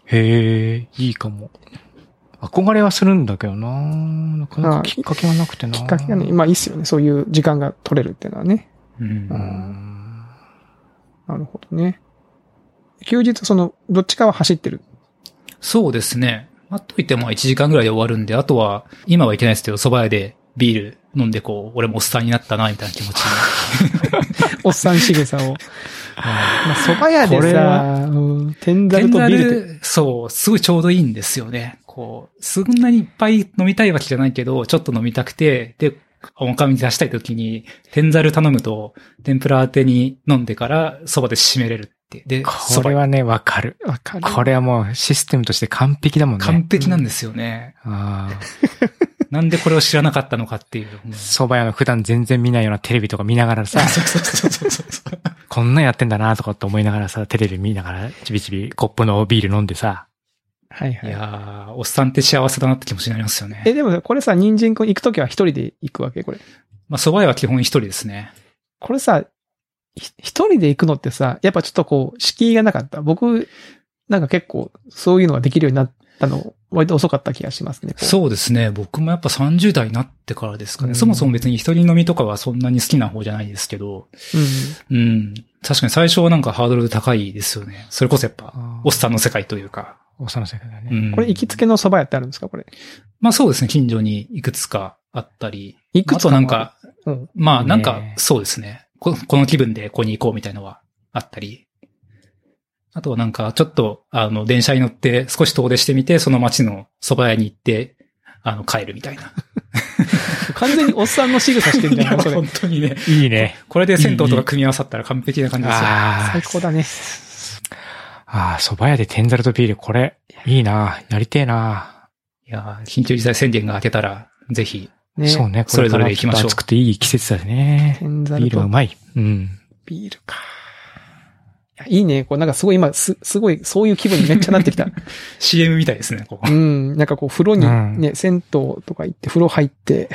[SPEAKER 1] へえ、いいかも。憧れはするんだけどななかなかきっかけはなくてな
[SPEAKER 2] きっかけがね、まあいいっすよね。そういう時間が取れるっていうのはね。
[SPEAKER 3] う。
[SPEAKER 1] うんん。
[SPEAKER 2] なるほどね。休日、その、どっちかは走ってる。
[SPEAKER 3] そうですね。まあ、といっても1時間ぐらいで終わるんで、あとは、今はいけないですけど、蕎麦屋でビール飲んでこう、俺もおっさんになったな、みたいな気持ちに。
[SPEAKER 2] おっさんしげさを。まあ、蕎麦屋
[SPEAKER 1] こ
[SPEAKER 2] で
[SPEAKER 1] れ
[SPEAKER 2] さ
[SPEAKER 1] は、
[SPEAKER 2] うん天ざ
[SPEAKER 3] テ
[SPEAKER 2] る
[SPEAKER 3] ン
[SPEAKER 2] と
[SPEAKER 3] ダ
[SPEAKER 2] ビールで。
[SPEAKER 3] ル、そう、すごいちょうどいいんですよね。こう、そんなにいっぱい飲みたいわけじゃないけど、ちょっと飲みたくて、で、おかみ出したい時に、天ざる頼むと、天ぷら当てに飲んでから、蕎麦で締めれるって。で、
[SPEAKER 1] これ
[SPEAKER 3] 蕎麦
[SPEAKER 1] はね、わかる。
[SPEAKER 2] わかる。
[SPEAKER 1] これはもうシステムとして完璧だもんね。
[SPEAKER 3] 完璧なんですよね。
[SPEAKER 1] ああ。
[SPEAKER 3] なんでこれを知らなかったのか [laughs] っていう。もう
[SPEAKER 1] 蕎麦屋の普段全然見ないようなテレビとか見ながらさ
[SPEAKER 3] あ、そうそうそうそうそう。
[SPEAKER 1] こんなんやってんだなとかって思いながらさ、テレビ見ながら、ちびちびコップのビール飲んでさ。
[SPEAKER 2] はいはいい。
[SPEAKER 3] やー、おっさんって幸せだなって気持ちになりますよ
[SPEAKER 2] え、
[SPEAKER 3] ね。
[SPEAKER 2] でもこれさ、人参くん行くときは一人で行くわけこれ。
[SPEAKER 3] まあ、蕎麦屋は基本一人ですね。
[SPEAKER 2] これさ、ひ一人で行くのってさ、やっぱちょっとこう、敷居がなかった。僕、なんか結構、そういうのができるようになったの、割と遅かった気がしますね。こう
[SPEAKER 3] そうですね。僕もやっぱ30代になってからですか
[SPEAKER 2] う
[SPEAKER 3] ね。
[SPEAKER 2] ん
[SPEAKER 3] そもそも別に一人飲みとかはそんなに好きな方じゃないですけど、
[SPEAKER 2] うん。
[SPEAKER 3] うん。確かに最初はなんかハードル高いですよね。それこそやっぱ、おっさんの世界というか。
[SPEAKER 1] おっさんの世界だ
[SPEAKER 3] う
[SPEAKER 1] ね。
[SPEAKER 3] ん、
[SPEAKER 2] これ行きつけの蕎麦屋ってあるんですかこれ。
[SPEAKER 3] まあそうですね。近所にいくつかあったり。
[SPEAKER 2] いくつか
[SPEAKER 3] あとなんか、
[SPEAKER 2] うん。
[SPEAKER 3] まあなんか
[SPEAKER 1] ね、
[SPEAKER 3] そうですねこ。この気分でここに行こうみたいのはあったり。あとはなんか、ちょっと、あの、電車に乗って少し遠出してみて、その街の蕎麦屋に行って、あの、帰るみた
[SPEAKER 2] [laughs]
[SPEAKER 3] いな。
[SPEAKER 2] 完全におっさんの仕草してるんじゃないのそ
[SPEAKER 3] [laughs] いや
[SPEAKER 2] れ
[SPEAKER 3] 本。当にね。
[SPEAKER 1] いいね。
[SPEAKER 3] これで銭湯とか組み合わさったら完璧な感じですよ。
[SPEAKER 1] ああ
[SPEAKER 2] 最。高だね。
[SPEAKER 1] ああ、蕎麦屋で天ざるとビール、これ、いいな。やりてえな。
[SPEAKER 3] いやー緊急事態宣言が明けたら、ぜひ。
[SPEAKER 2] ね。
[SPEAKER 1] そうね、
[SPEAKER 3] それぞれ行きま
[SPEAKER 1] これからち
[SPEAKER 3] しょう
[SPEAKER 1] っと暑くていい季節だね。
[SPEAKER 2] 天ざ
[SPEAKER 1] ビー
[SPEAKER 2] る
[SPEAKER 1] ルはう
[SPEAKER 2] と
[SPEAKER 1] まい。うん。
[SPEAKER 2] ビールか。いやいいね。こうなんかすごい今、す、すごい、そういう気分にめっちゃなってきた。
[SPEAKER 3] CM みたいですね、ここ
[SPEAKER 2] [laughs] う。ん。なんかこう、風呂に
[SPEAKER 1] うん
[SPEAKER 2] ね、銭湯とか行って、風呂入って、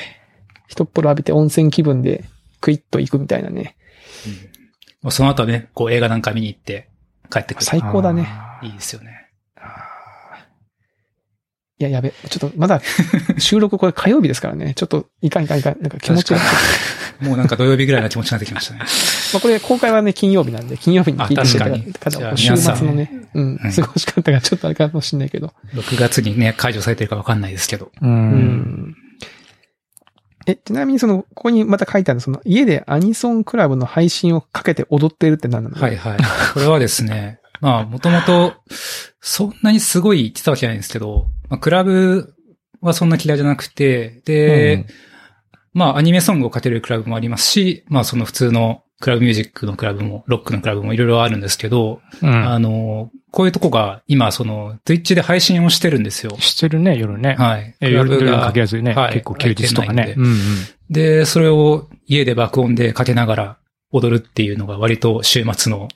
[SPEAKER 2] 一っ風呂浴びて温泉気分で、クイッと行くみたいなね。
[SPEAKER 3] まあその後はね、こう映画なんか見に行って帰ってくる。
[SPEAKER 2] 最高だね
[SPEAKER 1] あ
[SPEAKER 3] い
[SPEAKER 1] ー
[SPEAKER 3] いですよね。
[SPEAKER 2] いや、やべ。ちょっと、
[SPEAKER 3] [laughs]
[SPEAKER 2] まだ、収録これ火曜日ですからね。ちょっと、いかんいかんいかん。なんか気持ちが。ま
[SPEAKER 3] もうなんか土曜日ぐらいな気持ちになってきましたね。
[SPEAKER 2] あこれ公開はね、金曜日なんで、金曜日に聞いて
[SPEAKER 3] あ
[SPEAKER 2] くれ
[SPEAKER 3] 確
[SPEAKER 2] た
[SPEAKER 3] かにじゃ
[SPEAKER 2] 方
[SPEAKER 3] あ
[SPEAKER 2] 週
[SPEAKER 3] 皆さん
[SPEAKER 2] 末のね、うん、
[SPEAKER 3] うん
[SPEAKER 2] 過ごし方がちょっとあれかもしんないけど。
[SPEAKER 3] 6月にね、解除されてるかわかんないですけど。
[SPEAKER 1] う。
[SPEAKER 2] うんんえ、ちなみにその、ここにまた書いてある、その、家でアニソンクラブの配信をかけて踊ってるって何なの
[SPEAKER 3] はいはい。これはですね、まあ、もともと、そんなにすごい言ってたわけじゃないんですけど、まあ、クラブはそんな嫌いじゃなくて、で、
[SPEAKER 1] うん
[SPEAKER 3] まあ、アニメソングをかけるクラブもありますし、まあ、その普通のクラブミュージックのクラブも、ロックのクラブもいろいろあるんですけど、
[SPEAKER 1] うん。
[SPEAKER 3] あの、こういうとこが今、その、Twitch で配信をしてるんですよ。
[SPEAKER 1] してるね、夜ね。
[SPEAKER 3] はい。
[SPEAKER 1] え
[SPEAKER 3] クラ
[SPEAKER 1] 夜
[SPEAKER 3] ブが
[SPEAKER 1] 夜に限らずね、
[SPEAKER 3] はい
[SPEAKER 1] 結構休日とかね。
[SPEAKER 3] 開いてな
[SPEAKER 1] うんうん
[SPEAKER 3] で、それを家で爆音でかけながら踊るっていうのが割と週末の、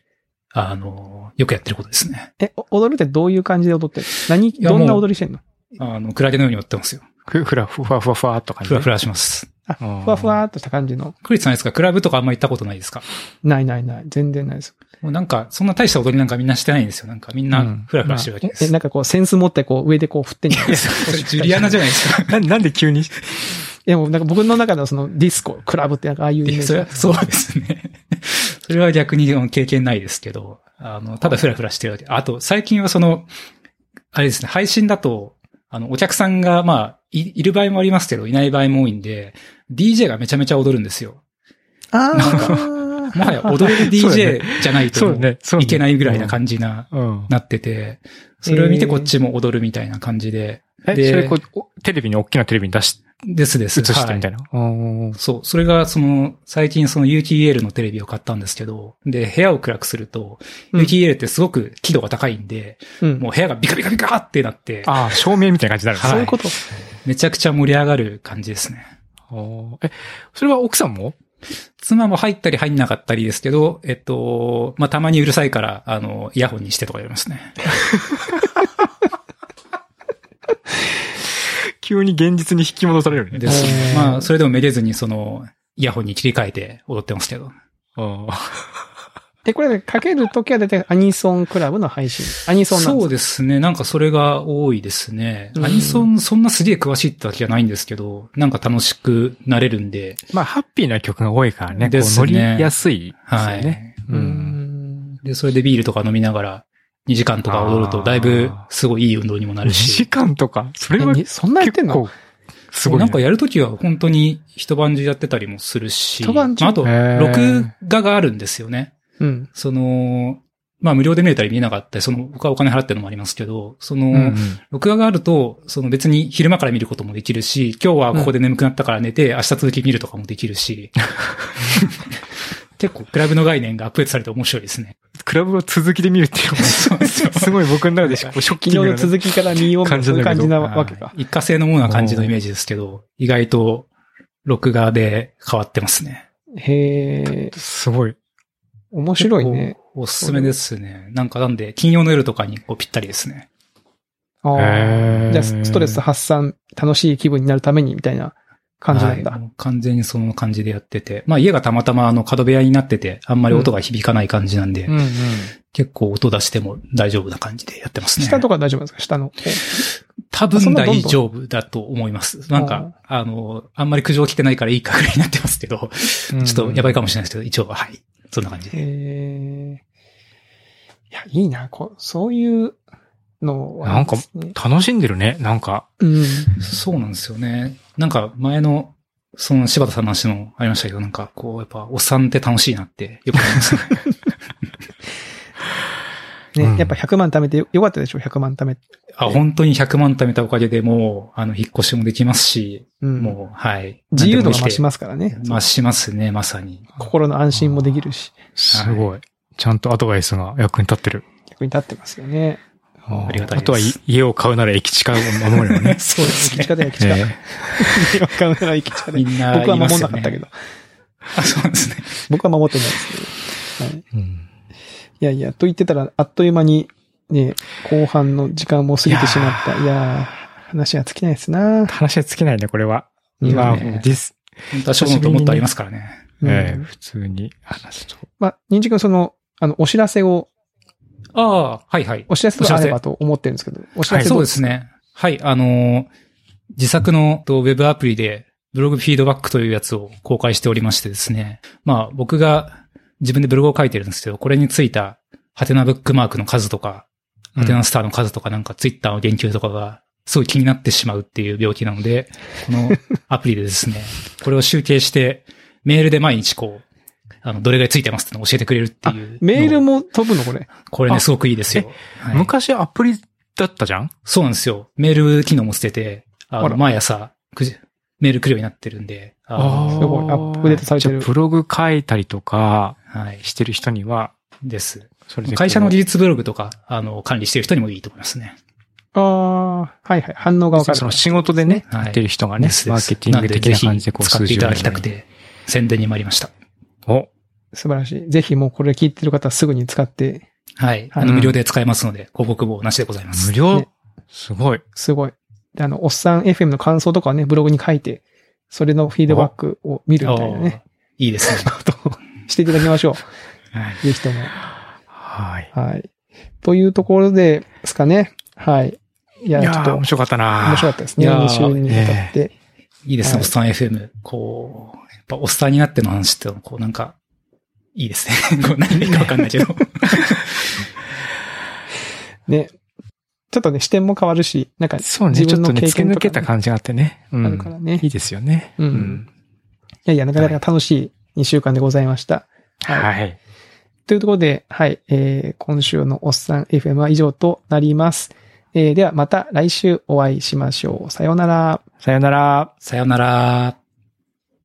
[SPEAKER 3] あの、よくやってることですね。
[SPEAKER 2] え、お踊るってどういう感じで踊ってる何、
[SPEAKER 3] や
[SPEAKER 2] どんな
[SPEAKER 3] もう
[SPEAKER 2] 踊りしてんの
[SPEAKER 3] あの、クラゲのように踊ってますよ。
[SPEAKER 1] ふふらふわふわふわっと感じ。
[SPEAKER 3] ふらふ
[SPEAKER 1] ら。
[SPEAKER 3] らします。
[SPEAKER 2] あ、ふ
[SPEAKER 1] うん
[SPEAKER 2] わふわーっとした感じの。
[SPEAKER 3] クリスさんですかクラブとかあんま行ったことないですか
[SPEAKER 2] ないないない。全然ないです。
[SPEAKER 3] もうなんか、そんな大した踊りなんかみんなしてないんですよ。なんかみん
[SPEAKER 1] う、
[SPEAKER 3] なんふらふらしてるわけ
[SPEAKER 2] え
[SPEAKER 3] で、す。
[SPEAKER 2] えなんかこう、センス持ってこう、上でこう振ってんじゃない
[SPEAKER 3] い
[SPEAKER 2] で
[SPEAKER 3] や
[SPEAKER 2] すか。
[SPEAKER 3] それ [laughs] ジュ
[SPEAKER 2] [laughs]
[SPEAKER 3] リアナじゃないです
[SPEAKER 1] な、
[SPEAKER 3] か。
[SPEAKER 1] なんで急に
[SPEAKER 2] いや、もうなんか僕の中ではその、ディスコ、クラブってなんかああいうイメ
[SPEAKER 3] い
[SPEAKER 2] ー
[SPEAKER 3] [laughs] や
[SPEAKER 2] ジ
[SPEAKER 3] それはそうですね。それは逆に経験ないですけど、あの、ただフラフラしてるだけ。あと、最近はその、あれですね、配信だと、あの、お客さんが、まあ、いいる場合もありますけど、いない場合も多いんで、DJ がめちゃめちゃ踊るんですよ。
[SPEAKER 2] あ
[SPEAKER 3] もはや踊れ
[SPEAKER 1] [laughs]
[SPEAKER 3] る DJ じゃないと
[SPEAKER 1] そうだね。そうだね
[SPEAKER 3] いけないぐらいな感じな、
[SPEAKER 1] うん。
[SPEAKER 3] なってて、それを見てこっちも踊るみたいな感じで、
[SPEAKER 1] え、
[SPEAKER 3] で
[SPEAKER 1] それこう、おテレビに、大きなテレビに出し、
[SPEAKER 3] ですです。
[SPEAKER 1] 映してみた
[SPEAKER 3] はい
[SPEAKER 1] な。うん
[SPEAKER 3] いそう。それが、その、最近その UTL のテレビを買ったんですけど、で、部屋を暗くすると、
[SPEAKER 2] うん
[SPEAKER 3] UTL ってすごく輝度が高いんで、
[SPEAKER 2] うん
[SPEAKER 3] もう部屋がビカビカビカってなって、
[SPEAKER 1] ああ、照明みたいな感じになるんです
[SPEAKER 2] そう
[SPEAKER 1] ね
[SPEAKER 2] いうこと。
[SPEAKER 3] めちゃくちゃ盛り上がる感じですね。
[SPEAKER 1] おーえ、それは奥さんも
[SPEAKER 3] 妻も入ったり入んなかったりですけど、えっと、まあ、たまにうるさいから、あの、イヤホンにしてとかやりますね。
[SPEAKER 1] 急に現実に引き戻されるね。
[SPEAKER 3] ですね
[SPEAKER 2] へー
[SPEAKER 3] まあ、それでもめげずに、その、イヤホンに切り替えて踊ってますけど。
[SPEAKER 1] うん
[SPEAKER 2] で、これでかけるときは大体アニソンクラブの配信。アニソンなん
[SPEAKER 3] そ
[SPEAKER 2] で
[SPEAKER 3] う
[SPEAKER 2] す
[SPEAKER 3] ですね。なんかそれが多いですね。
[SPEAKER 2] うん
[SPEAKER 3] アニソン、そんなすげえ詳しいってわけじゃないんですけど、なんか楽しくなれるんで、
[SPEAKER 1] まあ、ハッピーな曲が多いからね、こ
[SPEAKER 3] で
[SPEAKER 1] う
[SPEAKER 3] す
[SPEAKER 1] 乗
[SPEAKER 3] ね
[SPEAKER 1] りやすいです
[SPEAKER 3] は
[SPEAKER 1] よ
[SPEAKER 3] い。
[SPEAKER 1] ね。う
[SPEAKER 2] うんん
[SPEAKER 3] で、それでビールとか飲みながら、2時間とか踊ると、だいぶ、すごいいい運動にもな
[SPEAKER 1] 2
[SPEAKER 3] る
[SPEAKER 1] 時
[SPEAKER 3] し。
[SPEAKER 1] 間とか、それ
[SPEAKER 2] え
[SPEAKER 1] は
[SPEAKER 2] に
[SPEAKER 1] 結
[SPEAKER 2] そんなやってんの
[SPEAKER 1] 構、すごい
[SPEAKER 3] な
[SPEAKER 1] ね。
[SPEAKER 3] んかやるときは本当に一晩中やってたりもするし。
[SPEAKER 2] 一晩中
[SPEAKER 3] まあ、あと、
[SPEAKER 1] へー
[SPEAKER 3] 録画があるんですよね。
[SPEAKER 2] うん。
[SPEAKER 3] その、まあ無料で見れたり見れなかったり、その、僕はお金払ってるのもありますけど、その、
[SPEAKER 1] うんうん、
[SPEAKER 3] 録画があると、その別に昼間から見ることもできるし、今日はここで眠くなったから寝て、明日続き見るとかもでき
[SPEAKER 1] [laughs]
[SPEAKER 3] るし。結構、クラブの概念がアップデートされて面白いですね。
[SPEAKER 1] クラブを続きで見るっていうのが
[SPEAKER 3] そうそう
[SPEAKER 1] すごい僕の中でしこう初期
[SPEAKER 2] 企
[SPEAKER 1] の
[SPEAKER 2] 業の
[SPEAKER 1] ような
[SPEAKER 2] 続きから見ようみたい
[SPEAKER 1] 感
[SPEAKER 2] な
[SPEAKER 1] じ
[SPEAKER 2] そういう
[SPEAKER 1] だけ
[SPEAKER 2] 感
[SPEAKER 1] ど
[SPEAKER 2] じなわけか
[SPEAKER 3] は。い一過性のものな感じのイメージですけど、意外と、録画で変わってますね。
[SPEAKER 2] へえ、
[SPEAKER 1] すごい。
[SPEAKER 2] 面白いね。
[SPEAKER 3] おすすめですね。なんかなんで、金曜の夜とかにこうぴったりですね。
[SPEAKER 2] あ
[SPEAKER 1] へ
[SPEAKER 2] ー
[SPEAKER 1] ー
[SPEAKER 2] じゃあ、ストレス発散、楽しい気分になるためにみたいな感じなんだ
[SPEAKER 3] はい。もう完全にその感じでやってて。まあ家がたまたまあの角部屋になってて、あんまり音が響かない感じなんで、
[SPEAKER 1] んうん。
[SPEAKER 3] 結構音出しても大丈夫な感じでやってますね。
[SPEAKER 2] 下とか大丈夫なんですか下の。こう
[SPEAKER 3] 多
[SPEAKER 2] そ
[SPEAKER 3] 分
[SPEAKER 2] んなどんど
[SPEAKER 3] 大
[SPEAKER 2] ん
[SPEAKER 3] 丈夫だと思います。なんか、あの、あんまり苦情来てないからいいかぐらいになってますけど、
[SPEAKER 1] ちょ
[SPEAKER 3] ちょっとやば
[SPEAKER 1] い。
[SPEAKER 3] いかもしれないですけど、一応は、はい。そんな感じで。
[SPEAKER 2] へえ。いや、いいな。こうそういうのは、
[SPEAKER 1] なんか
[SPEAKER 2] ね、
[SPEAKER 1] 楽しんでるね、なんか。
[SPEAKER 2] うん。
[SPEAKER 3] そうなんですよね。なんか前の、その柴田さんの話もありましたけど、なんかこう、やっぱおっさんって楽しいなってよく思
[SPEAKER 2] [laughs]
[SPEAKER 3] いますね。
[SPEAKER 1] うん
[SPEAKER 2] ね、やっぱ100万貯めてよかったでしょ ?100 万貯めて。
[SPEAKER 3] あ、本当に100万貯めたおかげでもう、あの、引っ越しもできますし、
[SPEAKER 2] うん。
[SPEAKER 3] もう、はい。
[SPEAKER 2] 自由度が増し
[SPEAKER 3] ま
[SPEAKER 2] ますからね。
[SPEAKER 3] 増しますね、まさ
[SPEAKER 2] [laughs]
[SPEAKER 3] に。
[SPEAKER 2] 心の安心もできるし、
[SPEAKER 1] すごい。ちゃんとアドバイスが役に立ってる。
[SPEAKER 2] 逆に立ってますよね。
[SPEAKER 3] ありがたいです
[SPEAKER 1] あとはい家を買うなら駅近を守るよ
[SPEAKER 3] [laughs]
[SPEAKER 1] ね。
[SPEAKER 3] そうです
[SPEAKER 2] 駅
[SPEAKER 3] ね。
[SPEAKER 2] 近だよ、駅近。
[SPEAKER 1] え
[SPEAKER 2] わかん [laughs] ない駅近で
[SPEAKER 3] み。んな、
[SPEAKER 2] 僕は守んなかったけ
[SPEAKER 3] ど。
[SPEAKER 2] ど。
[SPEAKER 3] あ、そうなんですね。
[SPEAKER 2] 僕は守ってないですけど。はい、
[SPEAKER 1] えうん
[SPEAKER 2] いやいや、と言ってたら、あっという間に、ね、後半の時間も過ぎてしまった。いやー、話が尽きないですな、
[SPEAKER 1] 話は尽きないね、これは。
[SPEAKER 2] いい
[SPEAKER 1] 今、
[SPEAKER 2] わ
[SPEAKER 3] ね
[SPEAKER 1] もうです。
[SPEAKER 3] 本当はショーノートもっとありますからね。
[SPEAKER 2] うん
[SPEAKER 1] ええ普通に話すと。
[SPEAKER 2] まあ、ニンジ君、その、あの、お知らせを、
[SPEAKER 3] ああ、はいはい。
[SPEAKER 2] お知らせがあればと思ってるんですけど、お知ら
[SPEAKER 1] はい
[SPEAKER 2] せ
[SPEAKER 3] そ
[SPEAKER 2] どう
[SPEAKER 3] うで
[SPEAKER 2] です
[SPEAKER 3] すね。はい、あのー自作のとウェブアプリで、ブログフィードバックというやつを公開しておりましてですね。まあ、僕が自分でブログを書いてるんですけど、これについた、ハテナブックマークの数とか、ハテナスターの数とかなんかツイッターの言及とかが、すごい気になってしまうっていう病気なので、
[SPEAKER 2] [laughs]
[SPEAKER 3] このアプリでですね、これを集計して、メールで毎日こう、あの、どれぐらいついてますってのを教えてくれるっていう。
[SPEAKER 2] メール。も飛ぶの、これ。
[SPEAKER 3] これね、すごくいいですよ。はい
[SPEAKER 1] 昔アプリだったじゃん
[SPEAKER 3] そうなんですよ。メール機能も捨てて、あ
[SPEAKER 2] あ
[SPEAKER 3] の
[SPEAKER 2] ら
[SPEAKER 3] 毎朝くじ、メール来るようになってるんで、あ
[SPEAKER 2] ー
[SPEAKER 3] の
[SPEAKER 2] すごいアップデートされてる
[SPEAKER 1] じゃあブログ書いたりとか
[SPEAKER 3] はい、
[SPEAKER 1] してる人には、
[SPEAKER 3] です。
[SPEAKER 1] それでこう。
[SPEAKER 3] 会社の技術ブログとか、あの、管理してる人にもいいと思いますね。
[SPEAKER 2] あー、はいはい、反応がわかる
[SPEAKER 1] そ。の仕事でね、
[SPEAKER 3] はい
[SPEAKER 1] やってる人がね
[SPEAKER 3] で、す
[SPEAKER 1] マーケティング的な感じでこう
[SPEAKER 3] なんぜひ使
[SPEAKER 1] 数
[SPEAKER 3] っ
[SPEAKER 1] 字
[SPEAKER 3] てい
[SPEAKER 1] を
[SPEAKER 3] ただきたくて、宣伝に参りました。
[SPEAKER 1] お、
[SPEAKER 2] 素晴らしい。ぜひもうこれ聞いてる方はすぐに使って、
[SPEAKER 3] はい。あ
[SPEAKER 2] う
[SPEAKER 3] の、
[SPEAKER 1] ん
[SPEAKER 3] 無料で使えますので、広告棒なしでございます
[SPEAKER 1] 無。料
[SPEAKER 2] ね
[SPEAKER 1] すごい。
[SPEAKER 2] すごい。であの、おっさん FM の感想とかをね、ブログに書いて、それのフィードバックを見るみたいなね、
[SPEAKER 3] おーいいです
[SPEAKER 1] [laughs]
[SPEAKER 3] ね。
[SPEAKER 2] ことを [laughs] していただきましょ。
[SPEAKER 3] はいう
[SPEAKER 2] ぜひとも。
[SPEAKER 1] はい。
[SPEAKER 2] はい。というところでですかね。はい。い
[SPEAKER 1] い
[SPEAKER 2] や、
[SPEAKER 1] や
[SPEAKER 2] ちょ
[SPEAKER 1] ー、
[SPEAKER 2] っと
[SPEAKER 1] 面
[SPEAKER 2] 面
[SPEAKER 1] 白かったな
[SPEAKER 2] 白かったですね。
[SPEAKER 3] いやー
[SPEAKER 2] 2週にわたって。
[SPEAKER 3] いいですね、
[SPEAKER 2] はい
[SPEAKER 3] おっさん FM。こう、やっぱおっさんになっての話って、こうなんか、いいですね。 [laughs] こう何がいいかわかんないけ
[SPEAKER 1] [laughs]
[SPEAKER 3] ど。
[SPEAKER 2] ね。ちょっとね、視点も変わるし、なんか、
[SPEAKER 1] そうね、
[SPEAKER 2] 自
[SPEAKER 1] ちょ
[SPEAKER 2] 分
[SPEAKER 1] っ
[SPEAKER 2] の
[SPEAKER 1] とね、
[SPEAKER 2] 経
[SPEAKER 1] 突き
[SPEAKER 2] 験
[SPEAKER 1] 抜
[SPEAKER 2] とか
[SPEAKER 1] けた感じがあってね。うん。
[SPEAKER 2] あるからね
[SPEAKER 1] いいですよね。
[SPEAKER 2] うんいやいや、なかなか楽しい2週間でございました。はい
[SPEAKER 1] はい。
[SPEAKER 2] というところで、はい、えー、今週のおっさん FM は以上となります。えー、ではまた来週お会いしましょう。さようなら。
[SPEAKER 1] さよなら。
[SPEAKER 3] さよなら。